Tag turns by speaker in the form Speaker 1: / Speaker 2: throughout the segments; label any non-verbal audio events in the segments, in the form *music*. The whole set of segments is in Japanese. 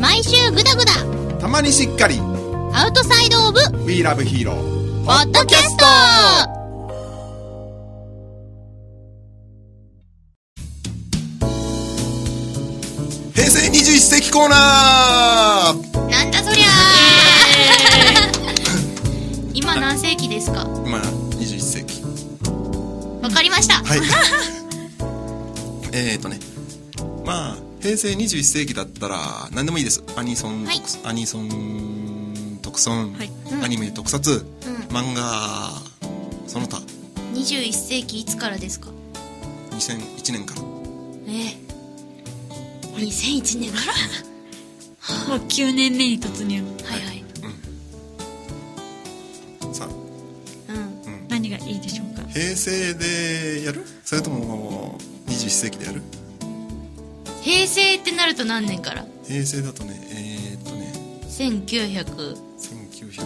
Speaker 1: 毎週グダグダ
Speaker 2: たまにしっかり
Speaker 1: アウトサイドオブ
Speaker 2: We Love Hero
Speaker 1: ポッドキャスト
Speaker 2: 平成21世紀コーナー
Speaker 3: なんだそりゃー今何世紀ですか
Speaker 2: 今21世紀
Speaker 3: わかりました、 *laughs*
Speaker 2: はいえーとねまあ平成21世紀だったら何でもいいですアニソン、
Speaker 3: はい
Speaker 2: アニソン特損、
Speaker 4: はい
Speaker 2: アニメ特撮、
Speaker 3: う
Speaker 2: 漫画その他
Speaker 3: ん、21世紀いつからですか
Speaker 2: 2001年から
Speaker 3: ええ2001年から
Speaker 4: もう9年目に突入
Speaker 3: はいはい
Speaker 2: さあ
Speaker 3: うん
Speaker 4: 何がいいでしょうか
Speaker 2: 平成でやるそれとも21世紀でやる
Speaker 3: 平成ってなると何年から
Speaker 2: 平成だとねえー、っとね
Speaker 3: 1900
Speaker 2: 1980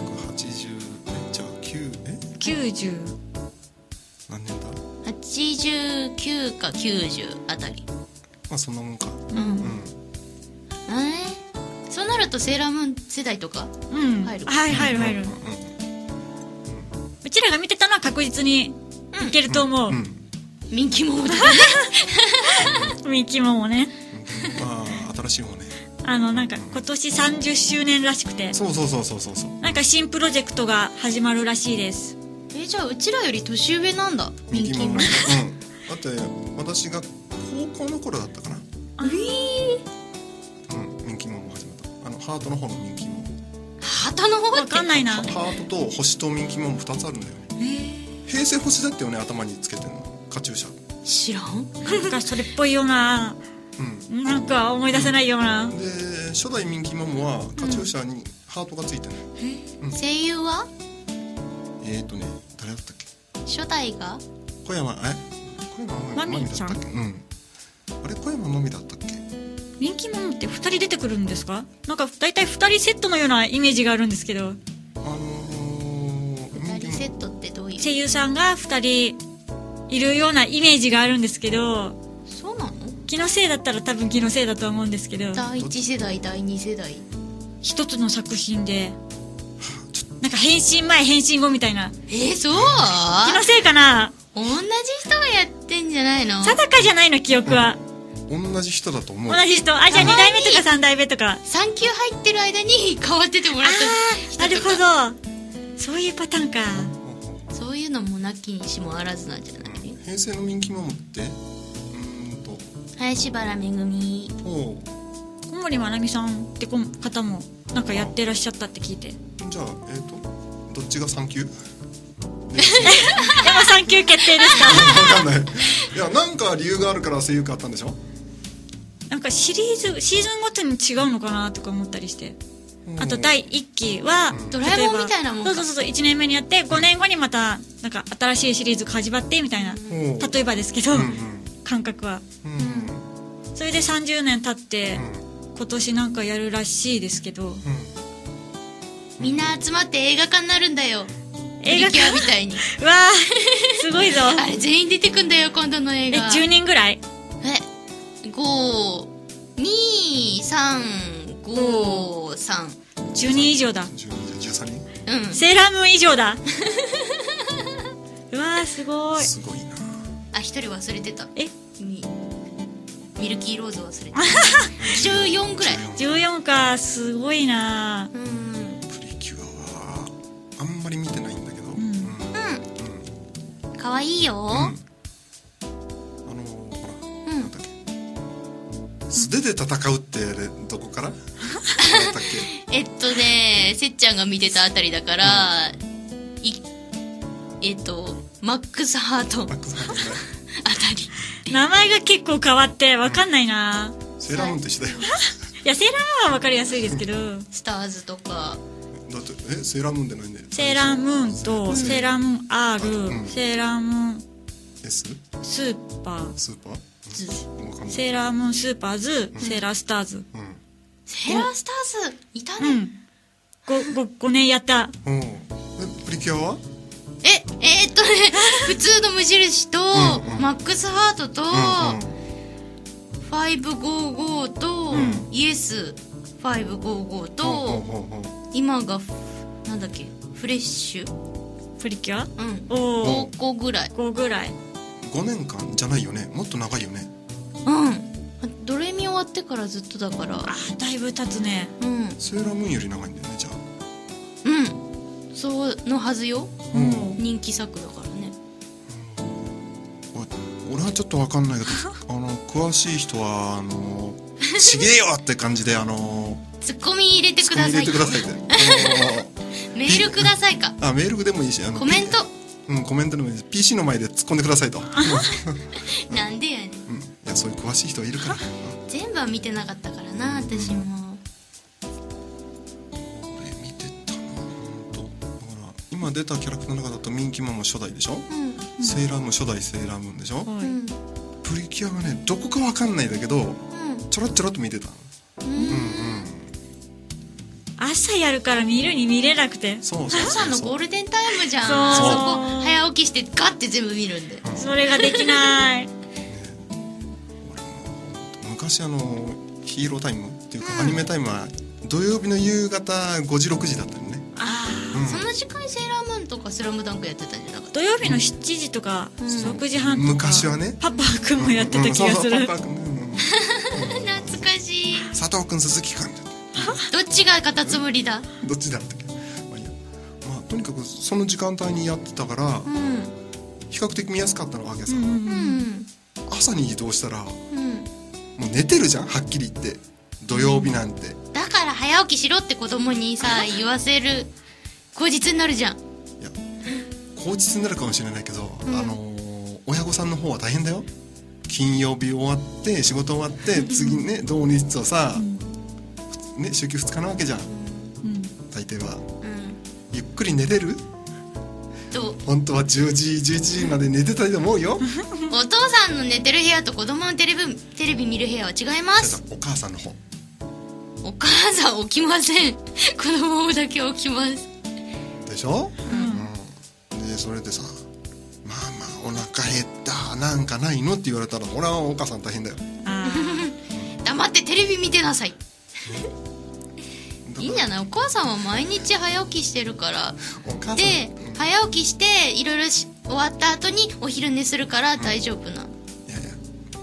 Speaker 2: 年じゃあ9え
Speaker 4: 90
Speaker 2: 何年だ
Speaker 3: 89か90あたり
Speaker 2: まあそんなもんか
Speaker 3: うん、
Speaker 2: うん
Speaker 3: えーそうなるとセーラームーン世代とか
Speaker 4: うん
Speaker 3: 入る
Speaker 4: はい入る入るうちらが見てたのは確実にいけると思う、
Speaker 2: うん、うん、
Speaker 3: 人気者 *laughs* だ
Speaker 4: ミキモもね
Speaker 2: まあ新しい方ね
Speaker 4: あのなんか今年30周年らしくて
Speaker 2: そうそうそうそうそうそう
Speaker 4: なんか新プロジェクトが始まるらしいです
Speaker 3: えじゃあうちらより年上なんだ人気
Speaker 2: うん
Speaker 3: 者
Speaker 2: だって私が高校の頃だったかなうん人気者も始まったあのハートの方の人気者
Speaker 3: 旗の方が
Speaker 4: わかんないな
Speaker 2: ハートと星と人気者も2つあるんだよね平成星だったよね頭につけてんのカチューシ
Speaker 3: 知
Speaker 2: ャ
Speaker 3: らん
Speaker 4: なんかそれっぽいような
Speaker 2: うん
Speaker 4: なんか思い出せないような
Speaker 2: で初代ミンキーマムはカチューシャにハートがついてる、
Speaker 3: 声優は
Speaker 2: えっ、ー、とね誰だったっけ
Speaker 3: 初代が
Speaker 2: 小山え小山
Speaker 4: マミ
Speaker 2: まみだったっけうんあれ小山まみだったっけ
Speaker 4: 人気者って2人出てくるんですかなんか大体2人セットのようなイメージがあるんですけ
Speaker 2: あ
Speaker 4: ど
Speaker 2: のー、
Speaker 3: 二人セ
Speaker 2: ミンキー
Speaker 3: ットってどういう
Speaker 4: 声優さんが2人いるようなイメージがあるんですけど
Speaker 3: そうなの
Speaker 4: 気のせいだったら多分気のせいだとは思うんですけど
Speaker 3: 第一世代第二世代
Speaker 4: 一つの作品でなんか変身前変身後みたいな
Speaker 3: えー、そう
Speaker 4: 気のせいかな
Speaker 3: 同じ人がやってんじゃないの
Speaker 4: 定かじゃないの記憶は
Speaker 2: ム同じ人だと思う
Speaker 4: 同じ人あじゃあ
Speaker 3: あ
Speaker 4: 2代目とか3代目とか
Speaker 3: 産休入ってる間に *laughs* 変わっててもらった人とか
Speaker 4: なるほどそういうパターンか
Speaker 3: そういうのもなきにしもあらずなんじゃない
Speaker 2: 平成のミンキーマムってうーんと
Speaker 3: 林原めぐみ
Speaker 2: おう
Speaker 4: 小森まなみさんってこ方もなんかやってらっしゃったって聞いて
Speaker 3: *laughs*
Speaker 4: でも
Speaker 2: じゃあえっ、ー、とどっちが産
Speaker 4: *laughs*
Speaker 2: 休
Speaker 4: 産休決定ですか
Speaker 2: わかんないいやなんか理由があるから声優変わったんでしょ
Speaker 4: なんかシリーズシーズンごとに違うのかなとか思ったりしてあと
Speaker 2: 大
Speaker 4: 第1期は
Speaker 3: ドラえもんみたいなもん
Speaker 4: そ
Speaker 3: か
Speaker 4: うそうそう1年目にやって5年後にまたなんか新しいシリーズが始まってみたいな
Speaker 2: 例え
Speaker 4: 例えばですけど、
Speaker 2: うん
Speaker 4: 感覚は
Speaker 2: うんうん
Speaker 4: それで30年経って
Speaker 2: うん
Speaker 4: 今年なんかやるらしいですけど
Speaker 2: うん
Speaker 3: みんな集まって映画化になるんだよ
Speaker 4: 映画
Speaker 3: プリキュアみ
Speaker 4: 館
Speaker 3: たい
Speaker 4: *laughs*
Speaker 3: に
Speaker 4: わあすごいぞ
Speaker 3: *laughs* あれ全員出てくんだよ今度の映
Speaker 4: え
Speaker 3: 画
Speaker 4: 10人ぐらい
Speaker 3: え52353
Speaker 4: 10人以上だ
Speaker 2: 12じゃ13
Speaker 3: う
Speaker 2: 人
Speaker 3: ん
Speaker 4: セーラームーン以上だうわあすごい
Speaker 2: すごいな
Speaker 3: あ一人忘れてた
Speaker 4: え
Speaker 3: みミルキーローズ忘れてた14ぐらい
Speaker 4: 14かすごいな
Speaker 3: うん
Speaker 2: プリキュアはあんまり見てないんだけど、うん
Speaker 4: ん
Speaker 2: うん
Speaker 3: うんかわいいよ、
Speaker 2: あのほら、
Speaker 3: うん
Speaker 2: なんだっけ素手で戦うってあれどこからなんだったっ
Speaker 4: *laughs*
Speaker 2: け
Speaker 3: えっとねせっちゃんが見てたあたりだから、いえっとマックスハートあた
Speaker 2: バックスハンドね
Speaker 3: り
Speaker 4: 名前が結構変わってわかんないな
Speaker 2: セーラームーンと一緒だよ
Speaker 4: いやセーラームーンはわかりやすいですけど
Speaker 3: スターズとか
Speaker 2: だってえセーラームーンでないんだよ
Speaker 4: セーラームーンとセーラームーン R、
Speaker 2: うん
Speaker 4: セーラームーン
Speaker 2: S
Speaker 4: スーパー
Speaker 2: スーパー
Speaker 3: ズ
Speaker 2: うんわかんない
Speaker 4: セーラームーンスーパーズ、セーラースターズ
Speaker 3: セーラースターズいた
Speaker 4: う
Speaker 3: ね、
Speaker 4: ん 5, 5, 年やった
Speaker 2: うん、うん、えプリキュアは
Speaker 3: ええーっとね
Speaker 2: *laughs*
Speaker 3: 普通の無印と、
Speaker 2: うんうん
Speaker 3: マックスハートと、
Speaker 2: うんうん
Speaker 3: 555と、イエス555
Speaker 2: うん
Speaker 3: と
Speaker 2: うんうんうん
Speaker 3: 今がふなんだっけフレッシュ
Speaker 4: プリキュア
Speaker 3: うん
Speaker 4: おお
Speaker 3: 5個ぐらい
Speaker 4: 5ぐらい
Speaker 2: 5年間じゃないよねもっと長いよね
Speaker 3: うんドレミ終わってからずっとだから
Speaker 4: あーだいぶ経つね
Speaker 3: うん
Speaker 2: セーラームーンより長いんだよねじゃあ
Speaker 3: うんそうのはずよ
Speaker 2: うん
Speaker 3: 人気作だからね
Speaker 2: お俺はちょっとわかんない
Speaker 3: *laughs*
Speaker 2: けどあの詳しい人はあの「ちげえよ!」って感じであの
Speaker 3: ツッコミ入れてくだ
Speaker 2: 入
Speaker 3: さ
Speaker 2: れ
Speaker 3: い
Speaker 2: てくださいっ
Speaker 3: *laughs*
Speaker 2: てあ
Speaker 3: メールくださいか
Speaker 2: のあメールでもいいしあの
Speaker 3: コメント、
Speaker 2: うん、コメントでもいいし PC の前で突っ込んでくださいと、
Speaker 3: なんでやねん
Speaker 2: うん、いやそういう詳しい人はいるから
Speaker 3: 全部は見てなかったからな私も
Speaker 2: 俺見てたな本当だから今出たキャラクターの中だとミンキーマンも初代でしょ、
Speaker 3: うん
Speaker 2: セーラームーン初代セーラームーンでしょ、
Speaker 3: う
Speaker 4: はい
Speaker 3: ん
Speaker 2: プリキュアはねどこかわかんないんだけどちょろっちょろっと見てた
Speaker 3: うん
Speaker 2: うんう
Speaker 3: うん
Speaker 2: ん
Speaker 4: 朝やるから見るに見れなくて
Speaker 2: そうそう
Speaker 3: 朝
Speaker 2: そう
Speaker 3: の
Speaker 2: そ
Speaker 3: ゴ
Speaker 2: う
Speaker 3: ールデンタイムじゃん
Speaker 4: そう
Speaker 3: あそこ早起きしてガッて全部見るんで
Speaker 4: それができない
Speaker 2: 俺も昔あのヒーロータイムっていうか、アニメタイムは土曜日の夕方5時6時だったのね、
Speaker 4: あー
Speaker 2: うん
Speaker 3: その時間にセーラームーンとかスラムダンクやってたんじゃなかった
Speaker 4: 土曜日の7時とか
Speaker 3: うん
Speaker 4: 6時半とか
Speaker 2: 昔はね
Speaker 4: パパくんもやってた気がする
Speaker 2: うんそうそうパパ君うんうん
Speaker 3: 懐かしい
Speaker 2: 佐藤君鈴木君みたいな
Speaker 3: どっちがカタツムリだ
Speaker 2: どっちだったっけ、まあいいやまあ、とにかくその時間帯にやってたから
Speaker 3: うん
Speaker 2: 比較的見やすかったのわけさ、
Speaker 4: うんうん
Speaker 3: う
Speaker 4: うん
Speaker 3: ん
Speaker 2: 朝に移動したらも
Speaker 3: うん
Speaker 2: う寝てるじゃんはっきり言って土曜日なんて、
Speaker 3: だから早起きしろって子供にさ言わせる口実になるじゃん
Speaker 2: いや口実になるかもしれないけど、
Speaker 3: ん
Speaker 2: あのー親御さんの方は大変だよ金曜日終わって仕事終
Speaker 3: *laughs*
Speaker 2: わって次ね土日をさ、ね、週休2日なわけじゃん
Speaker 4: うん
Speaker 2: 大抵は
Speaker 3: うん
Speaker 2: ゆっくり寝れる
Speaker 3: と
Speaker 2: 本当は10時11時まで寝てたいと思うよ
Speaker 3: お父さんの寝てる部屋と子供のテレビテレビ見る部屋は違います
Speaker 2: お母さんの方
Speaker 3: お母さん起きません子供だけ起きます
Speaker 2: でしょ、
Speaker 4: うん
Speaker 2: うん、でそれでさ「まあまあお腹減ったなんかないの?」って言われたら俺はお母さん大変だよ
Speaker 4: あー
Speaker 3: 黙ってテレビ見てなさいいいんじゃ
Speaker 2: ない
Speaker 3: ないお母さんは毎日早起きしてるから
Speaker 2: お母さん
Speaker 3: で
Speaker 2: うん
Speaker 3: 早起きしていろいろし終わった後にお昼寝するから大丈夫な、
Speaker 2: いやいや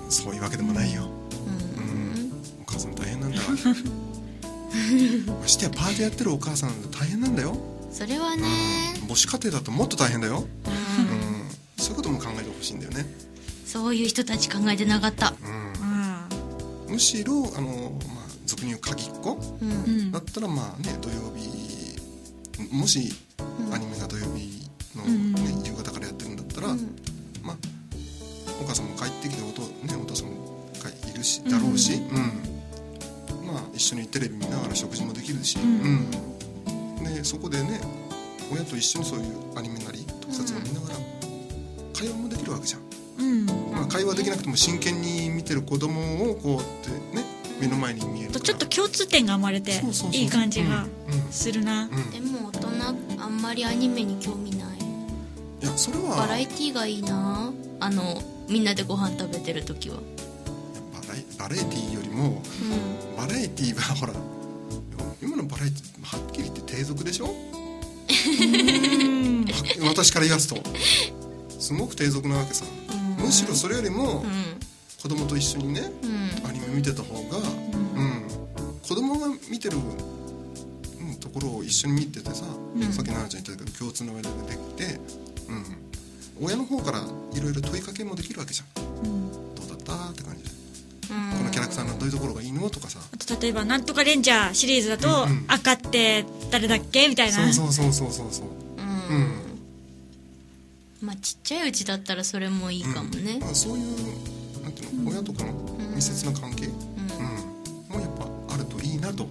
Speaker 2: そういうわけでもないよ
Speaker 3: うん
Speaker 2: うんお母さん大
Speaker 3: *laughs*
Speaker 2: 変なんだましてやパートやってるお母さん大変なんだよ
Speaker 3: それはね
Speaker 2: 母子家庭だともっと大変だよ
Speaker 3: うん
Speaker 2: うんそういうことも考えてほしいんだよね
Speaker 3: そういう人たち考えてなかった。
Speaker 2: う
Speaker 4: あ
Speaker 2: んむしろあの、まあ、俗に言う鍵っ子
Speaker 3: うん。
Speaker 4: ーうん
Speaker 2: だったらまあね土曜日もしアニメが土曜日の、
Speaker 4: うん
Speaker 2: ね夕方からやってるんだったら、
Speaker 3: うん
Speaker 2: まあお母さんも帰ってきてお父,、ね、お父さんもがいるしだろうし、うんまあ一緒にテレビ見ながら食事もできるし、
Speaker 4: ん
Speaker 2: うんでそこでね親と一緒にそういうアニメなり特撮を見ながら会話もできるわけじゃん、
Speaker 4: うん
Speaker 2: まあ、会話できなくても真剣に見てる子供をこうやってね目の前に見えるか
Speaker 4: と
Speaker 2: ら
Speaker 4: ちょっと共通点が生まれて
Speaker 2: そうそうそう
Speaker 4: いい感じが
Speaker 2: うんうん
Speaker 4: するな
Speaker 2: うん
Speaker 3: でも大人あんまりアニメに興味ない。
Speaker 2: いやそれは
Speaker 3: バラエティがいいな。あのみんなでご飯食べてる時は。
Speaker 2: バラエバラエティーより
Speaker 3: う
Speaker 2: もバラエティーは *laughs* ほら今のバラエティーはっきり言って低俗でしょ *laughs* は
Speaker 4: うん
Speaker 2: 私から言わすとすごく低俗なわけさむしろそれよりも
Speaker 3: ん。
Speaker 2: 子供と一緒にね
Speaker 3: うん。うん。
Speaker 2: アニメ見てた方が、うん、子供が見てる、うん、ところを一緒に見ててさ、
Speaker 4: ん
Speaker 2: さっき奈々ちゃん言ったけど共通の話題ができて、うん、親の方からいろいろ問いかけもできるわけじゃん
Speaker 4: うん
Speaker 2: どうだったって感じでこのキャラクターのどういうところがいいのとかさ
Speaker 4: あと例えば「なんとかレンジャー」シリーズだと
Speaker 2: うんうん
Speaker 4: 「赤って誰だっけ?」みたいな
Speaker 2: そうそうそうそうそうそう
Speaker 3: うん。
Speaker 2: うん
Speaker 3: まあちっちゃいうちだったらそれもいいかもね。
Speaker 2: まあ、そういうなんていうの親とかの密接な関係、うんもうやっぱあるといいなとで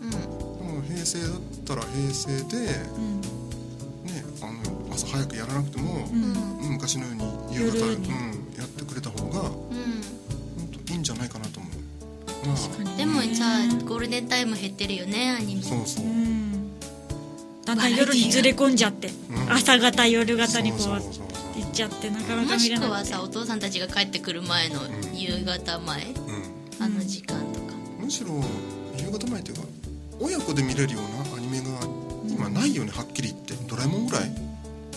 Speaker 3: うん。うん。
Speaker 2: も平成だったら平成で、
Speaker 4: うん
Speaker 2: ね、あの朝早くやらなくても、
Speaker 4: うん
Speaker 2: 昔のように夕方、う
Speaker 4: 夜
Speaker 2: ん
Speaker 4: に、
Speaker 2: やってくれた方が本
Speaker 3: う
Speaker 2: 当いいんじゃないかなと思う、まあ、
Speaker 3: ん。でもさゴールデンタイム減ってるよねアニメ。
Speaker 2: そうそう
Speaker 4: う、んだんだん夜にずれ込んじゃって
Speaker 2: ん
Speaker 4: 朝方夜方にこ
Speaker 2: そう
Speaker 4: う
Speaker 2: そうそうそう
Speaker 4: 行っちゃってなかなか
Speaker 3: も
Speaker 4: 見
Speaker 3: し
Speaker 4: れ
Speaker 3: く
Speaker 4: な
Speaker 3: は
Speaker 4: くて
Speaker 3: さお父さんたちが帰ってくる前の夕方前、
Speaker 2: う
Speaker 3: あの時間とか。
Speaker 2: ん、むしろ夕方前というか親子で見れるようなアニメが今ないよねはっきり言ってドラえもんぐらい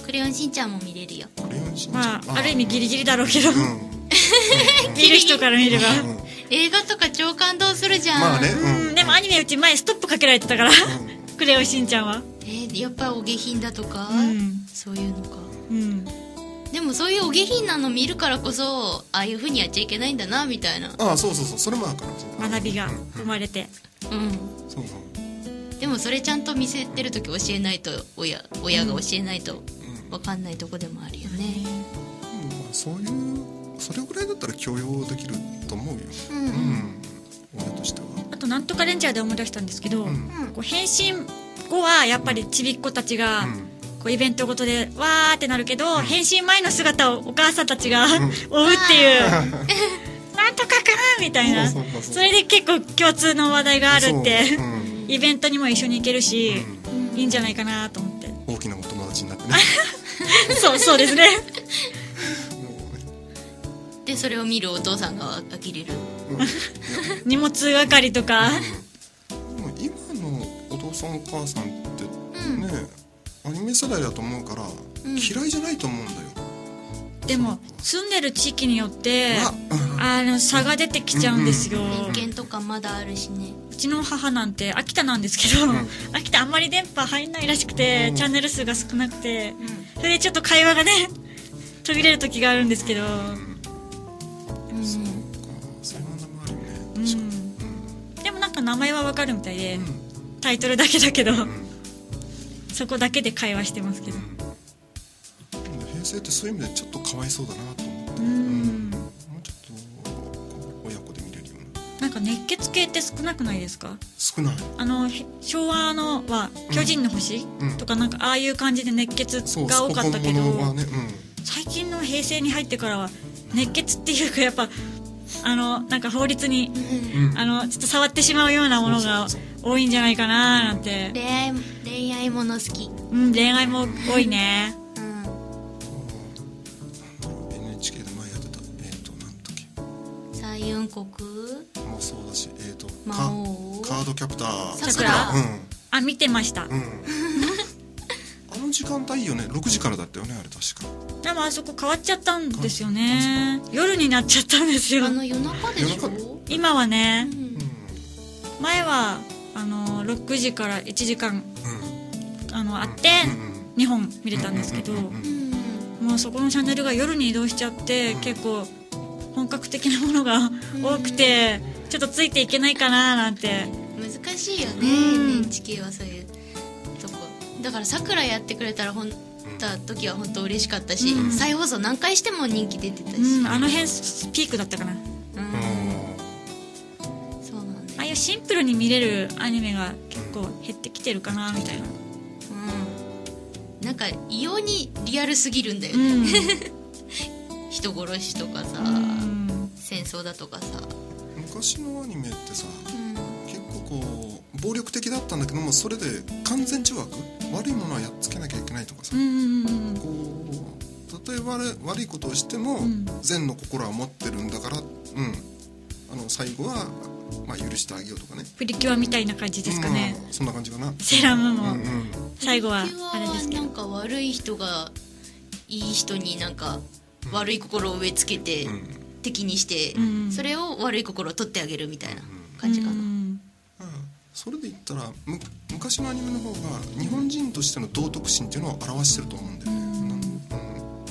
Speaker 3: クレヨンしんちゃんも見れるよ
Speaker 2: クレヨンしんちゃん
Speaker 4: まあ、ある意味ギリギリだろうけど、
Speaker 2: うん、
Speaker 4: 見る人から見れば。
Speaker 2: うんうん
Speaker 3: 映画とか超感動するじゃん
Speaker 2: まあねうん
Speaker 4: うん、でもアニメうち前ストップかけられてたから、クレヨンしんちゃんは。
Speaker 3: えーやっぱお下品だとか、
Speaker 4: うん
Speaker 3: そういうのか
Speaker 4: うん。
Speaker 3: でもそういうお下品なの見るからこそああいうふうにやっちゃいけないんだなみたいな
Speaker 2: ああそうそうそうそれもあるからそう
Speaker 4: 学びが
Speaker 2: うん
Speaker 4: 生まれて。
Speaker 3: うん
Speaker 2: そうそう
Speaker 3: でもそれちゃんと見せてる時教えないと親親が教えないと
Speaker 2: うん
Speaker 3: 分かんないとこでもあるよね
Speaker 2: うんまあそういうそれぐらいだったら許容できると思うよ
Speaker 3: う
Speaker 2: うんん親としては
Speaker 4: あと、なんとかレンジャーで思い出したんですけど、
Speaker 2: うん
Speaker 4: こう変身後はやっぱりちびっ子たちが、こうイベントごとでわーってなるけど、変身前の姿をお母さんたちが追うっていう、 *laughs* なんとかくんみたいな
Speaker 2: そうそうそうそう
Speaker 4: それで結構共通の話題があるって
Speaker 2: そううん
Speaker 4: イベントにも一緒に行けるし、
Speaker 3: うん
Speaker 4: いいんじゃないかなと思って
Speaker 2: 大きなお友達にな
Speaker 4: *laughs*
Speaker 2: ってね
Speaker 4: そうそうですね
Speaker 2: もうね
Speaker 3: でそれを見るお父さんが呆れる
Speaker 2: うんいや
Speaker 4: 荷物係とか
Speaker 2: でも今のお父さんお母さんって
Speaker 3: うん
Speaker 2: ね、アニメ世代だと思うから、
Speaker 3: うん
Speaker 2: 嫌いじゃないと思うんだよ
Speaker 4: でも住んでる地域によって
Speaker 2: あ
Speaker 4: あの差が出てきちゃうんですよ、う
Speaker 3: 偏見とかまだあるしね
Speaker 4: ちの母なんて秋田なんですけど、
Speaker 2: ん
Speaker 4: 秋田あんまり電波入んないらしくて、
Speaker 2: うん
Speaker 4: チャンネル数が少なくて
Speaker 3: うん
Speaker 4: それでちょっと会話がね途切れる時があるんですけど、
Speaker 3: うん
Speaker 2: そうかそんなのもあるよね
Speaker 4: うん
Speaker 2: 確かに
Speaker 4: でもなんか名前はわかるみたいで、
Speaker 2: うん
Speaker 4: タイトルだけだけど、
Speaker 2: うんうん
Speaker 4: そこだけで会話してますけど、
Speaker 2: うんでも平成ってそういう意味でちょっとかわいそうだなと思って
Speaker 4: うん
Speaker 2: もうちょっとこう親子で見れるような
Speaker 4: なんか熱血系って少なくないですか
Speaker 2: 少ない
Speaker 4: あのへ昭和のは「巨人の星」
Speaker 2: うん
Speaker 4: とかなんかああいう感じで熱
Speaker 2: そ
Speaker 4: 血
Speaker 2: う
Speaker 4: が多かったけど、
Speaker 2: 本物はね
Speaker 4: 最近の平成に入ってからは熱血っていうかやっぱあのなんか法律に、
Speaker 2: うん、うん、
Speaker 4: あのちょっと触ってしまうようなものが
Speaker 2: そうそう
Speaker 4: 多いんじゃないかななんて
Speaker 3: 恋愛恋愛もの好き
Speaker 4: うん、恋愛も多いね
Speaker 3: うん
Speaker 2: うん NHK で前やってたえっ、となんだっけ
Speaker 3: 彩雲国
Speaker 2: もうそうだし、えー、とカ
Speaker 3: 魔王
Speaker 2: カードキャプター
Speaker 3: さ
Speaker 4: くら
Speaker 2: う
Speaker 4: あ見てました
Speaker 2: んうんあの時間帯いいよね6時からだったよねあれ確か
Speaker 4: でもあそこ変わっちゃったんですよね夜になっちゃったんですよ
Speaker 3: あの夜中でしょ
Speaker 2: 夜中
Speaker 4: 今はね
Speaker 3: うん
Speaker 2: う
Speaker 4: 前はあの6時から1時間
Speaker 2: んうん
Speaker 4: あのあって
Speaker 2: うんうん
Speaker 4: 2本見れたんですけど
Speaker 2: うううん
Speaker 3: うん
Speaker 4: もうそこのチャンネルが夜に移動しちゃって結構本格的なものが多くてちょっとついていけないかななんて
Speaker 3: 難しいよ
Speaker 4: う
Speaker 3: ね
Speaker 4: ん
Speaker 3: NHK はそういうとこだからさくらやってくれたらほんた時は本当嬉しかったし、
Speaker 4: うん
Speaker 3: 再放送何回しても人気出てたし、
Speaker 4: うんあの辺ピークだったかな
Speaker 3: うん
Speaker 2: う
Speaker 3: そうなんだ
Speaker 4: ああ
Speaker 3: よ、
Speaker 4: いうシンプルに見れるアニメが結構減ってきてるかなみたいな
Speaker 3: うん、なんか異様にリアルすぎるんだよ
Speaker 4: う
Speaker 3: ね、
Speaker 4: ん、
Speaker 3: 人殺しとかさ、
Speaker 4: うん
Speaker 3: 戦争だとかさ、
Speaker 2: ん昔のアニメってさ
Speaker 3: うん
Speaker 2: 結構こう暴力的だったんだけどもそれで完全懲悪悪いものはやっつけなきゃいけないとかさ
Speaker 4: うんうんうん
Speaker 2: こう例えば悪いことをしても、
Speaker 4: ん
Speaker 2: 善の心は持ってるんだから、うん、あの最後は、まあ、許してあげようとかね
Speaker 4: プリキュアみたいな感じですかね、
Speaker 2: うんそんな感じかな
Speaker 4: セーラームーン
Speaker 2: うん
Speaker 4: も最後は
Speaker 3: 地球
Speaker 4: あれですけ
Speaker 3: な
Speaker 4: ど
Speaker 3: んか悪い人がいい人になんか悪い心を植え付けて
Speaker 2: うんうん
Speaker 3: 敵にして、
Speaker 4: うん
Speaker 3: それを悪い心を取ってあげるみたいな感じかな、
Speaker 4: うん
Speaker 2: それで言ったらむ昔のアニメの方が日本人としての道徳心っていうのを表してると思うんだよね、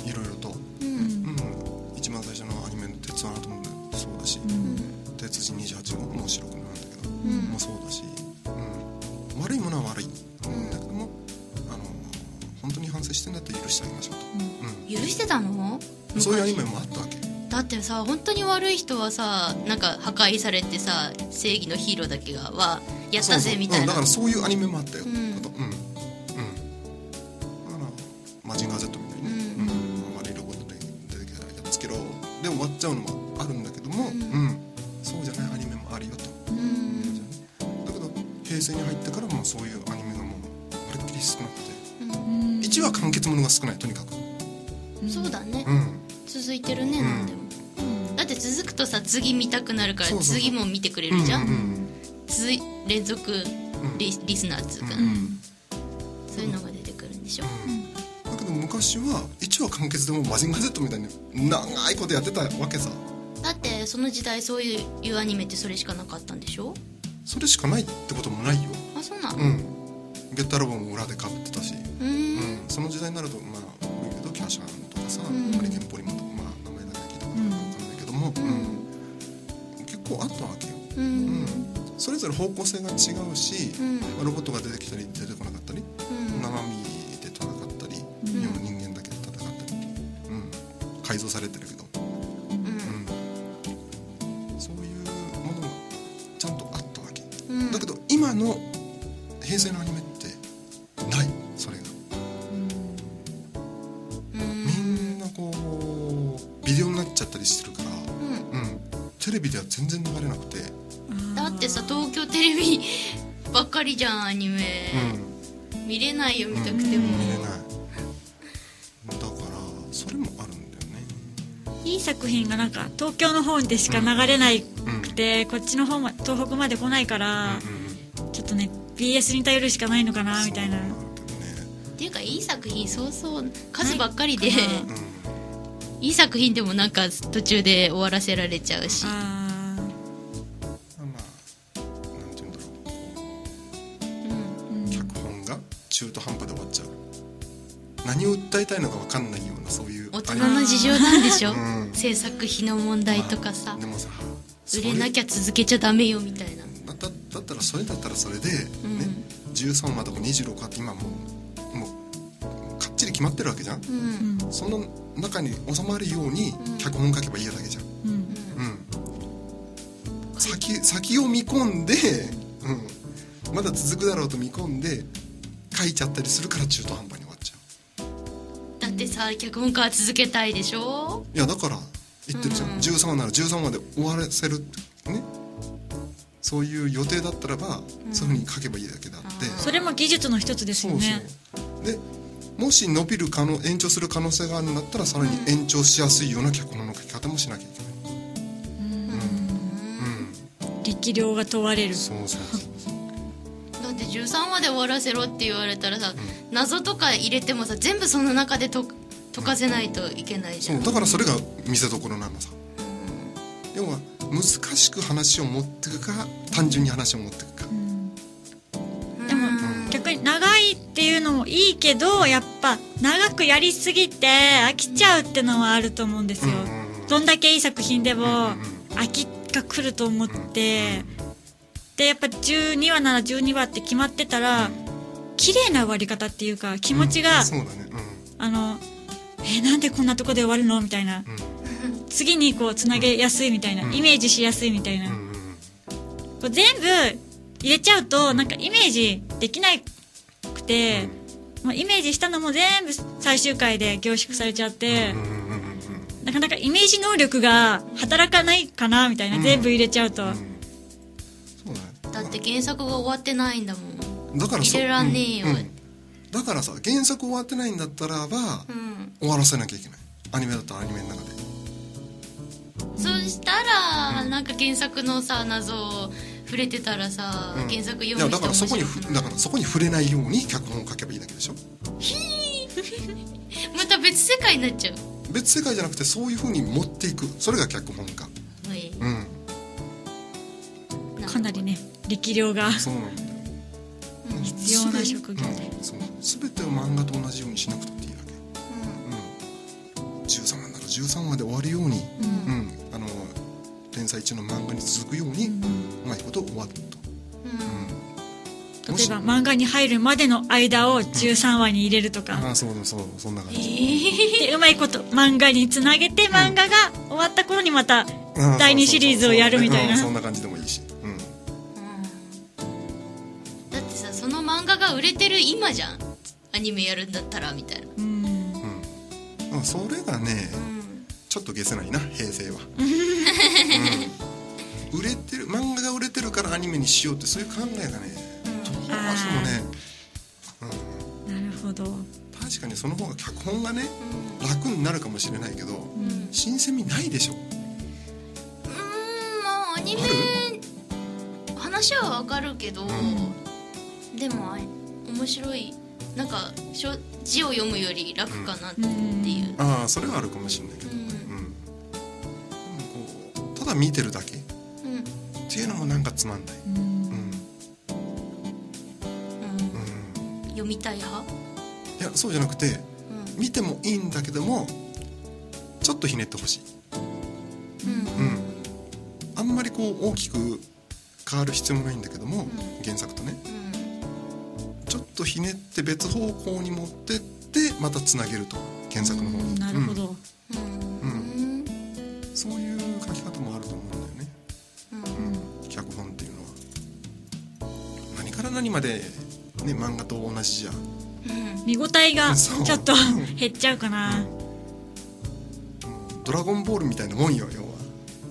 Speaker 2: うん、いろいろと、
Speaker 3: うん
Speaker 2: うん、一番最初のアニメの「鉄腕アトム」もそうだし
Speaker 4: う
Speaker 3: うん
Speaker 2: 「鉄人28号」も白くなんだけど
Speaker 3: ん
Speaker 2: もそうだし、うん、悪いものは悪い、だけどもあの本当に反省してんだったら許してあげましょうと、
Speaker 3: 許してたの
Speaker 2: うん、そういうアニメもあったわけ
Speaker 3: だってさ本当に悪い人はさなんか破壊されてさ正義のヒーローだけがはやっ
Speaker 2: そう
Speaker 3: た
Speaker 2: そう
Speaker 3: ぜみた
Speaker 2: う
Speaker 3: い
Speaker 2: ん
Speaker 3: な
Speaker 2: だからそういうアニメもあったよ、
Speaker 3: うん
Speaker 2: あとうんうんだからマジンガー Z みたいにね、
Speaker 3: うん
Speaker 2: うん悪いロボットで出てきたらやっつけろで終わっちゃうのもあるんだけども、
Speaker 3: うん
Speaker 2: うんそうじゃないアニメもあるよと、
Speaker 3: うんうん
Speaker 2: だけど平成に入ってからもそういうアニメがもうまるっきり少なくて
Speaker 4: うん
Speaker 2: 1話完結ものが少ないとにかく
Speaker 3: うんそうだね、
Speaker 2: うん
Speaker 3: 続いてるね、
Speaker 2: うん
Speaker 3: なんでもだって続くとさ次見たくなるから
Speaker 2: そうそうそう
Speaker 3: 次も見てくれるじゃん
Speaker 2: うんうんうん
Speaker 3: つい連続リ,、リスナーっつうか、
Speaker 2: うん
Speaker 3: そういうのが出てくるんでしょ、
Speaker 2: だけど昔は一話完結でもマジンガー Z みたいに長いことやってたわけさ
Speaker 3: だってその時代そういうアニメってそれしかなかったんでしょ
Speaker 2: それしかないってこともないよ
Speaker 3: あそうなの
Speaker 2: うんベッドアルバムも裏でかぶってたし、
Speaker 3: うーん
Speaker 2: うん、その時代になるとまあ多いけどキャシャンとかさ、
Speaker 3: ん
Speaker 2: マリケンポリマンとかまあ名前だけ聞いたことあるかわかんないけども、うん結構あったわけよ
Speaker 3: うんうん
Speaker 2: それぞれ方向性が違うし、
Speaker 3: うん
Speaker 2: まあロボットが出てきたり出てこなかったり、生身で戦ったり、
Speaker 3: ん
Speaker 2: 日本人間だけで戦ったり、うん、改造されてるけど、うん、そういうものがちゃんとあったわけ、
Speaker 3: うん
Speaker 2: だけど今の平成のアニメってないそれが
Speaker 3: うん
Speaker 2: みんなこうビデオになっちゃったりしてるから、うん、テレビでは全然流れなくて、
Speaker 3: うんだってさ東京テレビばっかりじゃんアニメ、
Speaker 2: うん、
Speaker 3: 見れないよ見たくても、
Speaker 2: 見れないだからそれもあるんだよね
Speaker 4: いい作品がなんか東京の方でしか流れないくて、こっちの方ま東北まで来ないから、ちょっとね BS に頼るしかないのかなみたいな
Speaker 2: そうなんだけどね
Speaker 3: っていうかいい作品そうそう数ばっかりで、
Speaker 4: ないか
Speaker 3: いい作品でもなんか途中で終わらせられちゃうし
Speaker 4: あ
Speaker 2: うんまあなんて言うんだろうこ
Speaker 3: うん
Speaker 4: ー、うん
Speaker 2: う脚本が中途半端で終わっちゃう何を訴えたいのか分かんないようなそういう
Speaker 3: 大人
Speaker 2: あれ
Speaker 3: の事情なんでしょ、
Speaker 2: うん
Speaker 3: 制作費の問題とかさ
Speaker 2: まあでもさ
Speaker 3: 売れなき
Speaker 2: ゃ
Speaker 3: ゃ続けちゃダメよみたいな
Speaker 2: だだだったらそれだったらそれで、
Speaker 3: ん
Speaker 2: ね13話とか26話って今もうもうかっちり決まってるわけじゃ
Speaker 3: う、
Speaker 2: ん
Speaker 3: ん
Speaker 2: その中に収まるように
Speaker 3: ん
Speaker 2: 脚本書けばいいだけじゃん
Speaker 4: うんうん
Speaker 2: うん、先先を見込んで、うん、まだ続くだろうと見込んで書いちゃったりするから中途半端に終わっちゃ
Speaker 3: だってさ脚本家は続けたいでしょ
Speaker 2: ういやだから言ってるじゃん、
Speaker 3: うん
Speaker 2: 13話なら13話で終わらせるってねそういう予定だったらば、そういうふうに書けばいいだけだって
Speaker 3: あー
Speaker 4: それも技術の一つですよね
Speaker 2: そうでもし伸びる可能延長する可能性があるんだったらさらに延長しやすいような脚本の書き方もしなきゃいけない、
Speaker 4: 力量が問われる
Speaker 2: そうそうそうそう
Speaker 3: だって13話で終わらせろって言われたらさ、謎とか入れてもさ全部その中でと解かせないといけないじ
Speaker 2: そ
Speaker 3: ゃん
Speaker 2: うだからそれが見せどころなのさ要は難しく話を持っていくか単純に話を持っていくか、
Speaker 4: でも逆に長いっていうのもいいけどやっぱ長くやりすぎて飽きちゃうってのはあると思うんですよ、
Speaker 2: うん
Speaker 4: どんだけいい作品でも
Speaker 2: んうん
Speaker 4: 飽きが来ると思ってでやっぱ12話なら12話って決まってたら綺麗な終わり方っていうか気持ちが、
Speaker 2: うんそうだね
Speaker 4: あのえなんでこんなとこで終わるのみたいな
Speaker 2: うん
Speaker 4: 次にこうつなげやすいみたいな、
Speaker 2: ん
Speaker 4: イメージしやすいみたい
Speaker 2: う
Speaker 4: な、
Speaker 2: ん
Speaker 4: こ
Speaker 2: うんうん
Speaker 4: う全部入れちゃうとなんかイメージできなくて、もうイメージしたのも全部最終回で凝縮されちゃって、
Speaker 2: うんうんうんうんうん
Speaker 4: なかなかイメージ能力が働かないかなみたいな、
Speaker 2: うん
Speaker 4: 全部入れちゃうと、
Speaker 2: そうだね
Speaker 3: だって原作が終わってないんだもん
Speaker 2: だからそ
Speaker 3: 入れらんねえよ
Speaker 2: うんうんだからさ原作終わってないんだった
Speaker 3: う
Speaker 2: らば、
Speaker 3: ん
Speaker 2: 終わらせなきゃいけないアニメだったらアニメの中で
Speaker 3: そしたら、なんか原作のさ謎を触れてたらさ、
Speaker 2: うん
Speaker 3: 原作読
Speaker 2: いや
Speaker 3: む人
Speaker 2: だから
Speaker 3: 面
Speaker 2: そ
Speaker 3: 白
Speaker 2: こに
Speaker 3: く
Speaker 2: ふ
Speaker 3: な
Speaker 2: だ
Speaker 3: い
Speaker 2: からそこに触れないように脚本を書けばいいだけでしょ
Speaker 3: また別世界になっちゃう
Speaker 2: 別世界じゃなくてそういうふうに持っていくそれが脚本家
Speaker 3: おい
Speaker 2: うん
Speaker 4: かなりね力量が
Speaker 2: そうなんだよ
Speaker 4: 必要な職業で、
Speaker 2: うん、そう全てを漫画と同じようにしなくたっていいわけ、うん13話なら13話で終わるように、うんあの連載中の漫画に続くように、うまいこと終わると、うん
Speaker 4: 例えば漫画に入るまでの間を13話に入れるとか、
Speaker 2: ああそうだそうそんな感じ、
Speaker 4: でうまいこと漫画につなげて漫画が終わった頃にまた
Speaker 2: ああ
Speaker 4: 第2シリーズをやるみたいな
Speaker 2: そうそうそううんそんな感じでもいいし、うん、
Speaker 3: だってさその漫画が売れてる今じゃんアニメやるんだったらみたいな
Speaker 4: うん
Speaker 2: うん、それがね
Speaker 3: うん
Speaker 2: ちょっとゲせないな平成は、
Speaker 4: *laughs*
Speaker 2: うん売れてる漫画が売れてるからアニメにしようってそういう考えがねどうしてもね
Speaker 4: なるほど
Speaker 2: 確かにその方が脚本がね楽になるかもしれないけど、新鮮味ないでしょ
Speaker 3: うーんもうアニメ
Speaker 2: ある
Speaker 3: 話話はわかるけど、
Speaker 2: う
Speaker 3: でもあれ面白いなんかしょ字を読むより楽かなっていう、
Speaker 2: ああそれはあるかもしれないけど、
Speaker 3: うん
Speaker 2: うんでもこうただ見てるだけっ
Speaker 3: うんうん
Speaker 2: ていうのもなんかつまんない、うんうん、
Speaker 3: 読みたい派、
Speaker 2: いやそうじゃなくて
Speaker 3: う
Speaker 2: 見てもいいんだけどもちょっとひねってほしい、
Speaker 3: ん
Speaker 2: うんあんまりこう大きく変わる必要もないんだけども、
Speaker 3: ん
Speaker 2: 原作とね
Speaker 3: うん
Speaker 2: ちょっとひねって別方向に持ってってまたつなげると原作の方に、
Speaker 4: なるほど、
Speaker 3: うん
Speaker 2: うんうんそういう書き方もあると思うんだよね、うん、脚本っていうのは何から何まで、ね、漫画と同じじゃ
Speaker 3: うん
Speaker 4: 見応えが
Speaker 2: そう
Speaker 4: ちょっ
Speaker 2: *laughs*
Speaker 4: と減っちゃうかな、
Speaker 2: うんドラゴンボールみたいなもんよ要は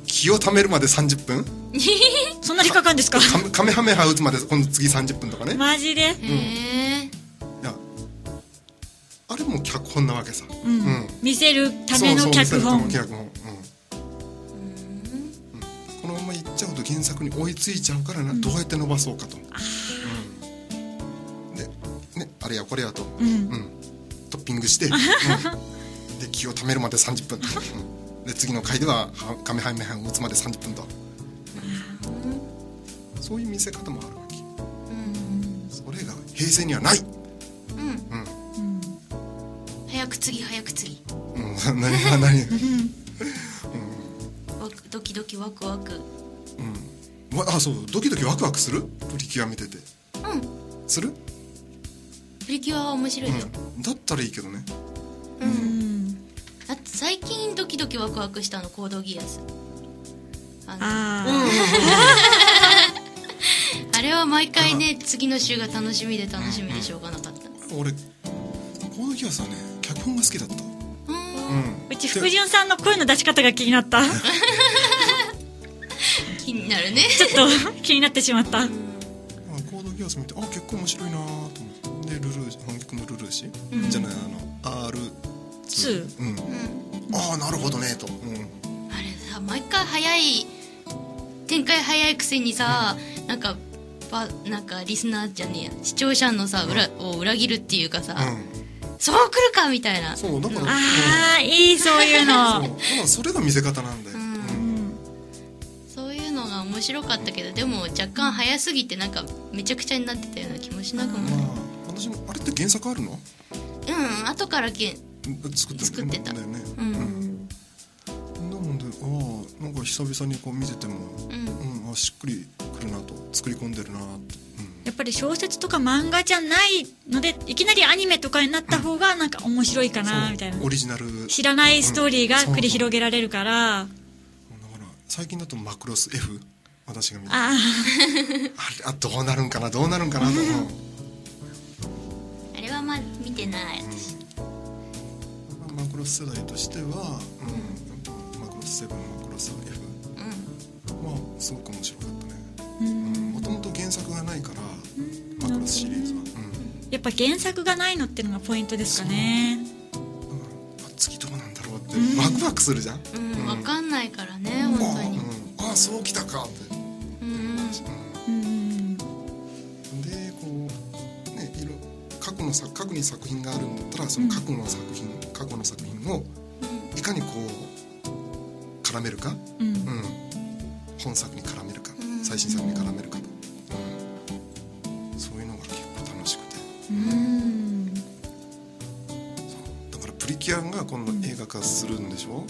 Speaker 2: 気を貯めるまで30分
Speaker 4: そんなにかかるんですか
Speaker 2: カメカメハメハ打つまで今度次30分とかね
Speaker 4: マジで
Speaker 3: へえ
Speaker 2: いやあれも脚本なわけさ、
Speaker 4: うん、
Speaker 2: うん
Speaker 4: 見せるための
Speaker 2: そうそう見せ
Speaker 4: 脚本
Speaker 2: るための脚本、うんこのままいっちゃうと原作に追いついちゃうからな、どうやって伸ばそうかと、うんで、ね、あれやこれやと、
Speaker 4: うん
Speaker 2: うんトッピン
Speaker 3: *laughs*
Speaker 2: グして、うんで気を貯めるまで30分と、うんで次の回でははカメハメハを打つまで30分と、そういう見せ方もあるわけ、それが平成にはない、うん
Speaker 4: うん
Speaker 3: 早く次早く次
Speaker 2: うん、 *laughs* 何が何が
Speaker 3: ワクドキドキワクワク
Speaker 2: うんわあそうドキドキワクワクするプリキュア見てて
Speaker 3: うん
Speaker 2: する、
Speaker 3: プリキュアは面白いよ、
Speaker 2: うん、だったらいいけどね
Speaker 4: うん
Speaker 3: だって最近ドキドキワクワクしたの行動ギアスあのあ
Speaker 4: あ
Speaker 3: れは毎回ね次の週が楽しみで楽しみでしょうがなかった
Speaker 2: 俺コードギアスはね脚本が好きだったう
Speaker 3: うん
Speaker 2: ん
Speaker 4: ーうち福潤さんの声の出し方が気になったち
Speaker 3: 気になるね *laughs*
Speaker 4: ょっと気になってしまった
Speaker 2: コードギアス見てあ結構面白いなと思ってでルルー本曲のルルーシ、じゃないあの R
Speaker 4: ツー
Speaker 2: うん、ああなるほどねと、うん、
Speaker 3: あれさ毎回早い展開早いくせにさなんかばなんかリスナーじゃねえや視聴者のさ裏を裏切るっていうかさ、
Speaker 2: うん、
Speaker 3: そう来るかみたいな
Speaker 2: そうだから、うん、
Speaker 4: ああいいそういう
Speaker 2: そう
Speaker 4: の
Speaker 2: だからそれが見せ方なんだよ、うん
Speaker 3: そういうのが面白かったけどでも若干早すぎてなんかめちゃくちゃになってたような気もしなくもない
Speaker 2: まあ私もあれって原作あるの
Speaker 3: うん後からけん
Speaker 2: 作って
Speaker 3: 作ってた
Speaker 2: だよね、
Speaker 3: うん
Speaker 2: なのでああなんか久々にこう見てても、
Speaker 3: うん
Speaker 2: うん、あしっくりくるなと作り込んでるなって、うん
Speaker 4: やっぱり小説とか漫画じゃないのでいきなりアニメとかになった方がなんか面白いかなみたいな
Speaker 2: そうオリジナル
Speaker 4: 知らないストーリーが繰り広
Speaker 2: げ
Speaker 4: げられるか
Speaker 2: だ
Speaker 4: ら、
Speaker 2: から最近だとマクロス F 私が見てあ
Speaker 4: あ
Speaker 2: れあどうなるんかなどうなるんかなと思う
Speaker 3: あれはまあ見てない
Speaker 2: マクロス世代としては、うん、マクロス7マクロス F はすごく面白かったね
Speaker 4: ーうん
Speaker 2: もともと原作がないからマクロスシリーズは、うん
Speaker 4: やっぱ原作がないのってのがポイントですかね
Speaker 2: うんあ次どうなんだろうってワクワクするじゃん、
Speaker 3: う
Speaker 2: うん
Speaker 3: んわかんないからね
Speaker 2: あ
Speaker 3: 本当に
Speaker 2: あ,、うん、あそうきたかって、
Speaker 3: うん
Speaker 4: うん
Speaker 2: でこうねいろ過去の作過去に作品があるんだったらその過去の作品、過去の作品をいかにこう絡めるか、
Speaker 4: うん
Speaker 2: うん、本作に絡めるか、最新作に絡めるかと、うんそういうのが結構楽しくて
Speaker 4: うん
Speaker 2: そうだからプリキュアが今度映画化するんでしょ、
Speaker 3: うん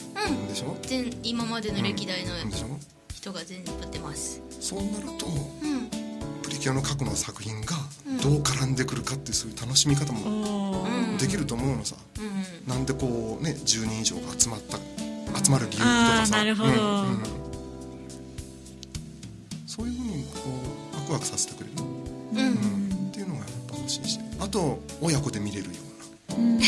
Speaker 2: でしょ、
Speaker 3: 全今までの歴代の
Speaker 2: うんでしょ
Speaker 3: 人が全部出てます
Speaker 2: そうなると
Speaker 3: うん
Speaker 2: プリキュアの過去の作品がどう絡んでくるかっていうそういう楽しみ方
Speaker 4: お
Speaker 2: も
Speaker 4: おー
Speaker 3: うん
Speaker 2: できると思うのさ、
Speaker 3: うん
Speaker 2: なんでこうね10人以上が集まった集まる理由と
Speaker 4: あ
Speaker 2: か
Speaker 4: ー
Speaker 2: さ
Speaker 4: なるほど
Speaker 2: そういうふうにこうワクワクさせてくれる、
Speaker 3: うんうん
Speaker 2: うんっていうのがやっぱ欲しいしあと親子で見れるよ
Speaker 4: うんち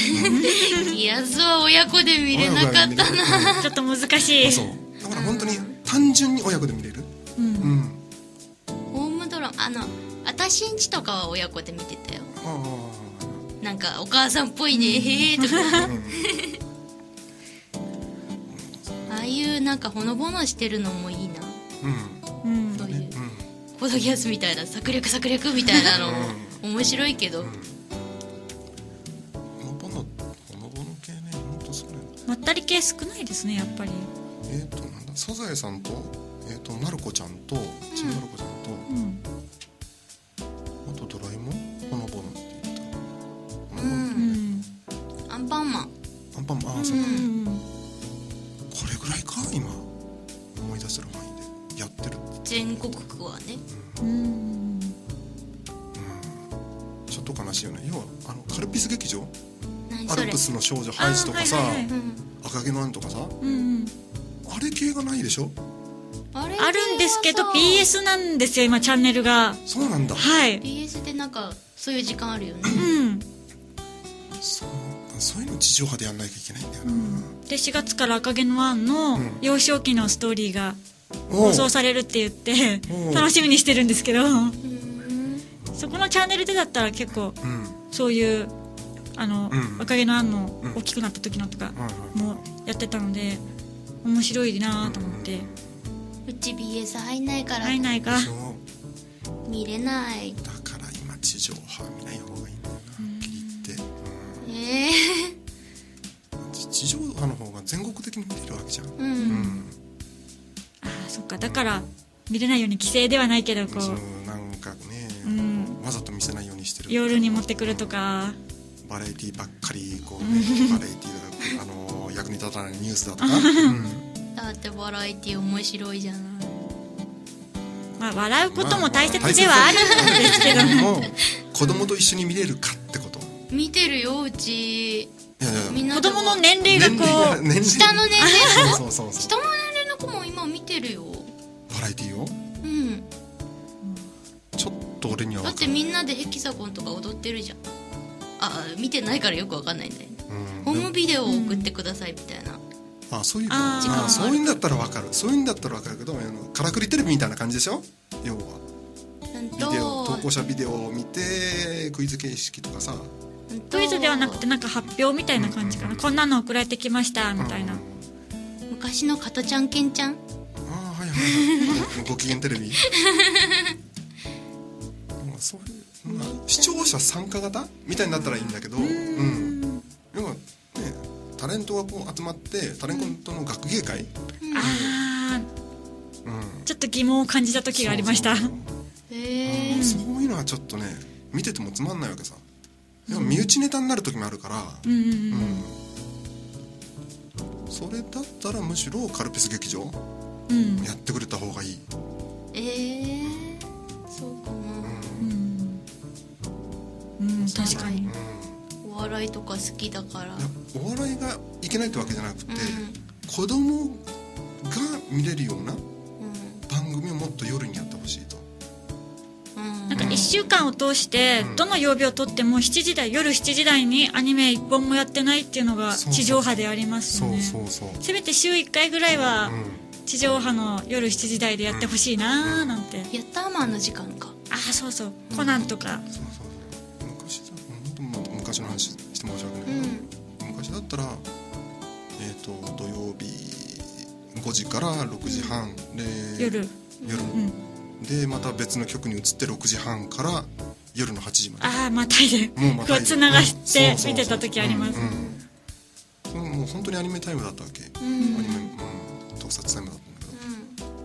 Speaker 3: いやそうは親子で見
Speaker 2: うな
Speaker 3: れなかったな
Speaker 2: な、
Speaker 4: ょっと難し
Speaker 2: う
Speaker 4: い
Speaker 2: んそうだから本当に単純に親子で見れる
Speaker 4: う
Speaker 2: うんん、
Speaker 3: ホームドラマあの私んちとかは親子で見てたよ
Speaker 2: ああ
Speaker 3: なんかお母さんっぽいねへえとかああいうなんかほのぼのしてるのもいいな
Speaker 2: うん
Speaker 4: うん
Speaker 3: という
Speaker 2: うん
Speaker 3: ボドギアスみたいな策略策略みたいなの面白いけど、
Speaker 2: ほのぼのほのぼの系ねほんとそれ
Speaker 4: まったり系少ないですねやっぱり
Speaker 2: えっ、となんだサザエさんとえっ、とまる子ちゃんとちんまる子ちゃんと、
Speaker 4: うん
Speaker 2: あとドラえもんほのぼのって言った
Speaker 3: う、
Speaker 2: ほのぼの
Speaker 4: うんん
Speaker 3: アンパンマン
Speaker 2: アンパンマンあーそうか
Speaker 4: う
Speaker 2: こ
Speaker 4: ん
Speaker 2: れぐらいか今思い出せる範囲でやってる
Speaker 3: 全国区はね
Speaker 4: うん
Speaker 2: ちょっと悲しいよね要はあのカルピス劇場
Speaker 3: 何
Speaker 2: ア
Speaker 3: そ
Speaker 2: ル
Speaker 3: れ
Speaker 2: プスの少女ハイジとかさ、
Speaker 4: あーはいはいは
Speaker 3: うん
Speaker 2: 赤毛のアンとかさ
Speaker 4: うん
Speaker 2: あれ系がないでしょ
Speaker 3: あれ
Speaker 4: あるんですけど
Speaker 3: はさ
Speaker 4: BS なんですよ今チャンネルが
Speaker 2: そうなんだ
Speaker 4: はい
Speaker 3: BS でなんかそういう時間あるよね
Speaker 4: うん
Speaker 2: そうそういうの地上波でやんなきゃいけないんだよな、
Speaker 4: で4月から赤毛のアンの
Speaker 2: うん
Speaker 4: 幼少期のストーリーが
Speaker 2: お
Speaker 4: 放
Speaker 2: う
Speaker 4: 送されるって言って
Speaker 2: おう
Speaker 4: 楽しみにしてるんですけど
Speaker 3: うん
Speaker 4: そこのチャンネルでだったら結構
Speaker 2: うん
Speaker 4: そういうあの、
Speaker 2: うん
Speaker 4: 若気のアンの
Speaker 2: うん
Speaker 4: 大きくなった時のとか
Speaker 2: はいはい
Speaker 4: もやってたので面白いなと思って
Speaker 3: うち BS 入んないから
Speaker 4: 会えないか
Speaker 2: そう
Speaker 3: 見れない
Speaker 2: だから今地上波見ない方がいいんだよなはっきり言って、
Speaker 3: ええ
Speaker 2: うん地地上波の方が全国的に見れるわけじゃん、
Speaker 3: う
Speaker 2: うんん
Speaker 4: あーそっかだから見れないように規制ではないけどこ
Speaker 2: そう
Speaker 4: う
Speaker 2: なんかね、
Speaker 4: うん
Speaker 2: わざと見せないようにしてる
Speaker 4: 夜に持ってくるとか
Speaker 2: バラエティばっかりこう、ね、バラエティだとか、あのー役に立たないニュースだとか、うん
Speaker 3: だってバラエティ面白いじゃない
Speaker 4: まあ笑うことも大切ではあるんですけど
Speaker 2: まあまあ大切だけども子供と一緒に見れるかってこと
Speaker 3: 見てるようち
Speaker 2: いやいや
Speaker 3: みんな
Speaker 4: 子
Speaker 3: でも
Speaker 4: 供の年齢がこう
Speaker 2: 年齢
Speaker 3: 下の年齢
Speaker 2: そうそうそう
Speaker 3: 下の年齢の子も今見てるよ
Speaker 2: バラエティを
Speaker 3: うん
Speaker 2: ちょっと俺には
Speaker 3: だ
Speaker 2: 分
Speaker 3: っ
Speaker 2: か
Speaker 3: て
Speaker 2: る
Speaker 3: みんなでヘキサゴンとか踊ってるじゃんあ見てないからよくわかんないんだよね
Speaker 2: うん
Speaker 3: ホームビデオを送ってくださいみたいな
Speaker 2: あそういうこと
Speaker 4: あー
Speaker 2: あーそういうんだったら分かるそういうんだったら分かるけどあのからくりテレビみたいな感じでしょ要は
Speaker 3: うん
Speaker 2: ビデオ投
Speaker 3: と
Speaker 2: 稿者ビデオを見てクイズ形式とかさ
Speaker 3: うんと
Speaker 4: クイズではなくてなんか発表みたいな感じかなこんなの送られてきましたみたいな
Speaker 2: うん
Speaker 3: 昔の加トちゃんケンちゃん
Speaker 2: ああはいはいはい *laughs* ご機嫌テレビまあそういう、まあ、視聴者参加型みたいになったらいいんだけどうん要はねタレントがこう集まってタレントの学芸会、
Speaker 4: あー
Speaker 2: うん、
Speaker 4: ちょっと疑問を感じた時がありました
Speaker 2: そうそう
Speaker 3: へえ
Speaker 2: そうそういうのはちょっとね見ててもつまんないわけさでも身内ネタになる時もあるから、
Speaker 4: うんうん
Speaker 2: う
Speaker 4: うんん
Speaker 2: それだったらむしろカルピス劇場
Speaker 4: うん
Speaker 2: やってくれた方がいい、
Speaker 3: ええそうかな
Speaker 4: うん確かに
Speaker 2: うん、
Speaker 3: お笑いとか好きだから
Speaker 2: いやお笑いがいけないってわけじゃなくて、
Speaker 3: うん
Speaker 2: 子供が見れるような
Speaker 3: うん
Speaker 2: 番組をもっと夜にやってほしいと
Speaker 3: うん
Speaker 4: なんか1週間を通してどの曜日をとっても7時台夜7時台にアニメ1本もやってないっていうのが
Speaker 2: そうそう
Speaker 4: 地上波でありますよね
Speaker 2: うそう、
Speaker 4: せめて週1回ぐらいは
Speaker 2: う
Speaker 4: 地上波の夜7時台でやってほしいなーなんて
Speaker 3: ヤッターマンの時間か
Speaker 4: ああそうそうコナンとか
Speaker 2: ん、そうそうそう昔だうん本当まあ昔の話して申し訳ないけ
Speaker 3: う
Speaker 2: ど、
Speaker 3: ん
Speaker 2: 昔だったらえっ、と土曜日5時から6時半で
Speaker 4: 夜
Speaker 2: 夜
Speaker 4: うん
Speaker 2: でまた別の局に移って6時半から夜の8時まで
Speaker 4: ああまたいで
Speaker 2: もうま
Speaker 4: こ
Speaker 2: た
Speaker 4: うつながして見てた時あります
Speaker 2: うんうんうんもう本当にアニメタイムだったわけ、
Speaker 3: う
Speaker 2: アニメ、
Speaker 3: ん
Speaker 2: うん、特撮タイムだったんだけど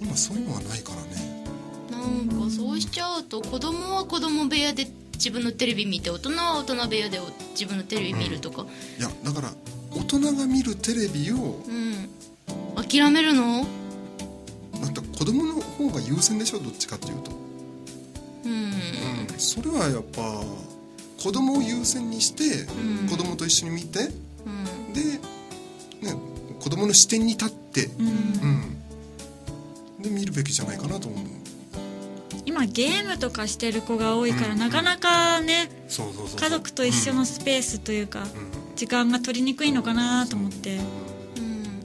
Speaker 2: 今そういうのはないからね
Speaker 3: うんなんかそうしちゃうと子供は子供部屋で自分のテレビ見て大人は大人部屋で自分のテレビ見るとか
Speaker 2: いやだから大人が見るテレビを
Speaker 3: うん諦めるの
Speaker 2: だって子供の方が優先でしょどっちかっていうと、
Speaker 3: うん
Speaker 2: うん、それはやっぱ子供を優先にして、
Speaker 3: うん
Speaker 2: 子供と一緒に見て
Speaker 3: うん
Speaker 2: で、ね、子供の視点に立って、
Speaker 4: うん
Speaker 2: うん、で見るべきじゃないかなと思う
Speaker 4: 今ゲームとかしてる子が多いから、
Speaker 2: うん
Speaker 4: なかなかね
Speaker 2: そうそうそう
Speaker 4: 家族と一緒のスペースというか、時間が取りにくいのかなと思って
Speaker 3: うん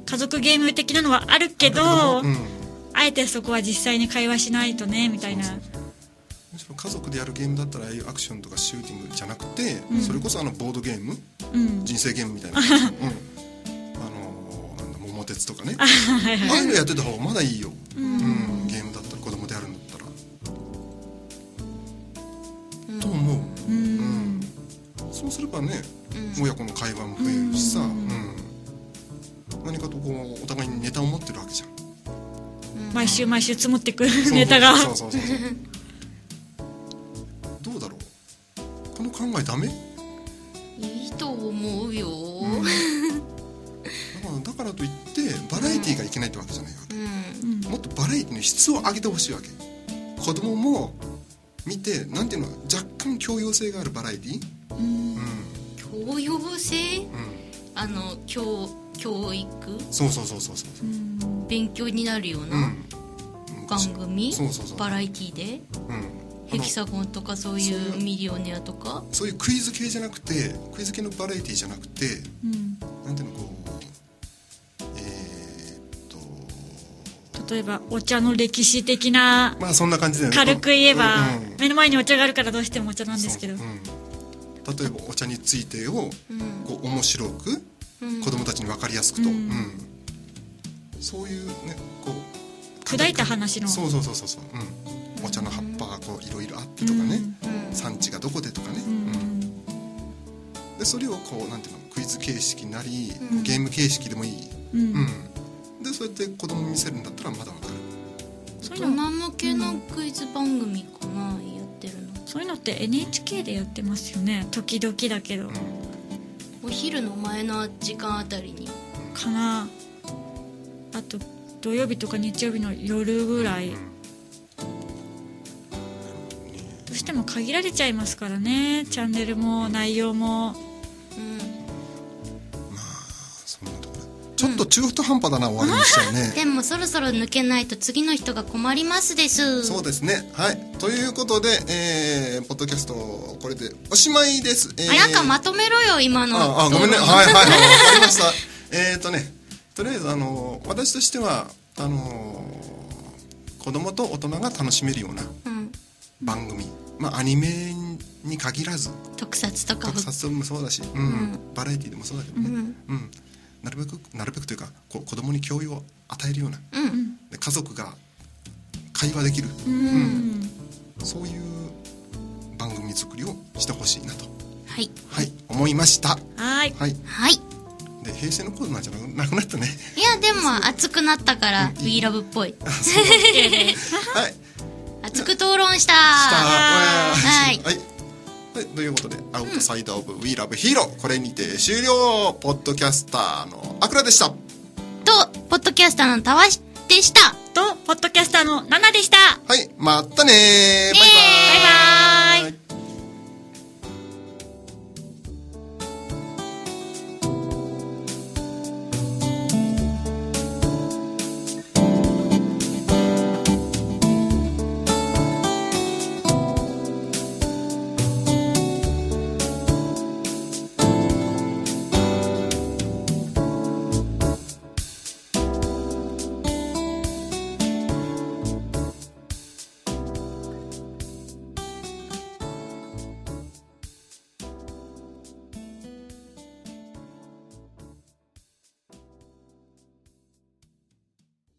Speaker 4: 家族ゲーム的なのはあるけど
Speaker 2: うん、
Speaker 4: あえてそこは実際に会話しないとねみたいな
Speaker 2: そうそうむしろ家族でやるゲームだったらああいうアクションとかシューティングじゃなくて、
Speaker 4: うん
Speaker 2: それこそあのボードゲーム *laughs*
Speaker 4: うん
Speaker 2: 人生ゲームみたいな、うん、あのーなんだ桃鉄とかねああいうのやってた方がまだいいよ、
Speaker 4: う
Speaker 2: うん
Speaker 4: ん
Speaker 2: ゲームだったら子供でやるんだったらすればね
Speaker 3: うん
Speaker 2: 親子の会話も増えるしさ、う
Speaker 4: うん
Speaker 2: 何かとこうお互いにネタを持ってるわけじゃん
Speaker 3: うん
Speaker 4: 毎週毎週積もってく
Speaker 2: そう
Speaker 4: ネタが
Speaker 2: そうそうそうそうどうだろうこの考えダメ、
Speaker 3: いいと思うよ、
Speaker 2: うん、だからだからといってバラエティーがいけないってわけじゃないわ
Speaker 3: うん
Speaker 4: うん
Speaker 2: もっとバラエティの質を上げてほしいわけ子供も見てなんていうの若干教養性があるバラエティ
Speaker 4: うん
Speaker 2: うん
Speaker 3: 教養性
Speaker 2: うん
Speaker 3: あの教教育
Speaker 2: そうそうそうそうそう
Speaker 4: うん
Speaker 3: 勉強になるよう
Speaker 2: うん
Speaker 3: な番組、
Speaker 2: そうそうそう
Speaker 3: バラエティで
Speaker 2: うんあの
Speaker 3: ヘキサゴンとかそうい
Speaker 2: そうう
Speaker 3: ミリオネアとか
Speaker 2: そういうクイズ系じゃなくてクイズ系のバラエティじゃなくて
Speaker 4: うん
Speaker 2: なんていうのこうえー、っと
Speaker 4: 例えばお茶の歴史的な
Speaker 2: まあそんな感じだよね
Speaker 4: 軽く言えば
Speaker 2: うんうん
Speaker 4: 目の前にお茶があるからどうしてもお茶なんですけど
Speaker 2: そううん例えばお茶についてを
Speaker 3: うん
Speaker 2: こう面白く
Speaker 3: うん
Speaker 2: 子供たちに分かりやすくと、
Speaker 4: うん
Speaker 2: うんそういうねこう
Speaker 4: 砕いた話の
Speaker 2: そうそうそうそうそう、うん、お茶の葉っぱがこういろいろあってとかね、
Speaker 3: うん
Speaker 2: 産地がどこでとかね、
Speaker 4: うん
Speaker 2: うんでそれをこうなんていうのクイズ形式なり、
Speaker 3: ん
Speaker 2: こうゲーム形式でもいい、
Speaker 4: うんうん
Speaker 2: うん、でそうやって子供に見せるんだったらまだ分かる
Speaker 4: そ
Speaker 3: 大
Speaker 4: ういうの
Speaker 3: 人向けのクイズ番組かなやってるの
Speaker 4: そういうのって NHK でやってますよね時々だけど
Speaker 3: お昼の前の時間あたりに
Speaker 4: かなあと土曜日とか日曜日の夜ぐらい
Speaker 2: うん
Speaker 4: どうしても限られちゃいますからねチャンネルも内容も
Speaker 3: うん
Speaker 2: まあそんなところちょっと中途半端だな、終わりにしちゃうね
Speaker 3: でもそろそろ抜けないと次の人が困りますです
Speaker 2: そうですね。はい。ということで、えー、ポッドキャスト、これでおしまいです。えー
Speaker 3: あなんかまとめろよ今の
Speaker 2: ああ、ごめんね。
Speaker 3: 討
Speaker 2: はい
Speaker 3: 論
Speaker 2: *laughs* はいはい。わかりました。えっとね、とりあえず、あの、私としては、あのー、子供と大人が楽しめるような
Speaker 3: うん
Speaker 2: 番組。まあ、アニメに限らず、
Speaker 3: 特撮とか
Speaker 2: 特撮もそうだし、うん、バラエティでもそうだけどね。
Speaker 3: うん
Speaker 2: うん。なるべく、なるべくというか、こう子供に教養を与えるような。
Speaker 3: うん
Speaker 2: で家族が会話できる。
Speaker 4: うん、
Speaker 2: そういう番組作りをしてほしいなと、
Speaker 3: はい
Speaker 2: はい、思いました。
Speaker 4: はい
Speaker 2: はい、
Speaker 3: はい
Speaker 2: で平成のコーナーじゃなくなったね。
Speaker 3: いやでも熱くなったから「We Love」っぽい
Speaker 2: はい、し
Speaker 3: *laughs* 熱く討論した
Speaker 2: た。
Speaker 3: は
Speaker 2: はいい。はい、ということで、アウトサイドオブウィーラブヒーロー、これにて終了。ポッドキャスターのあくらでした。
Speaker 3: とポッドキャスターのたわしでした
Speaker 4: とポッドキャスターのナナでした
Speaker 2: はい、またねー。
Speaker 3: ねー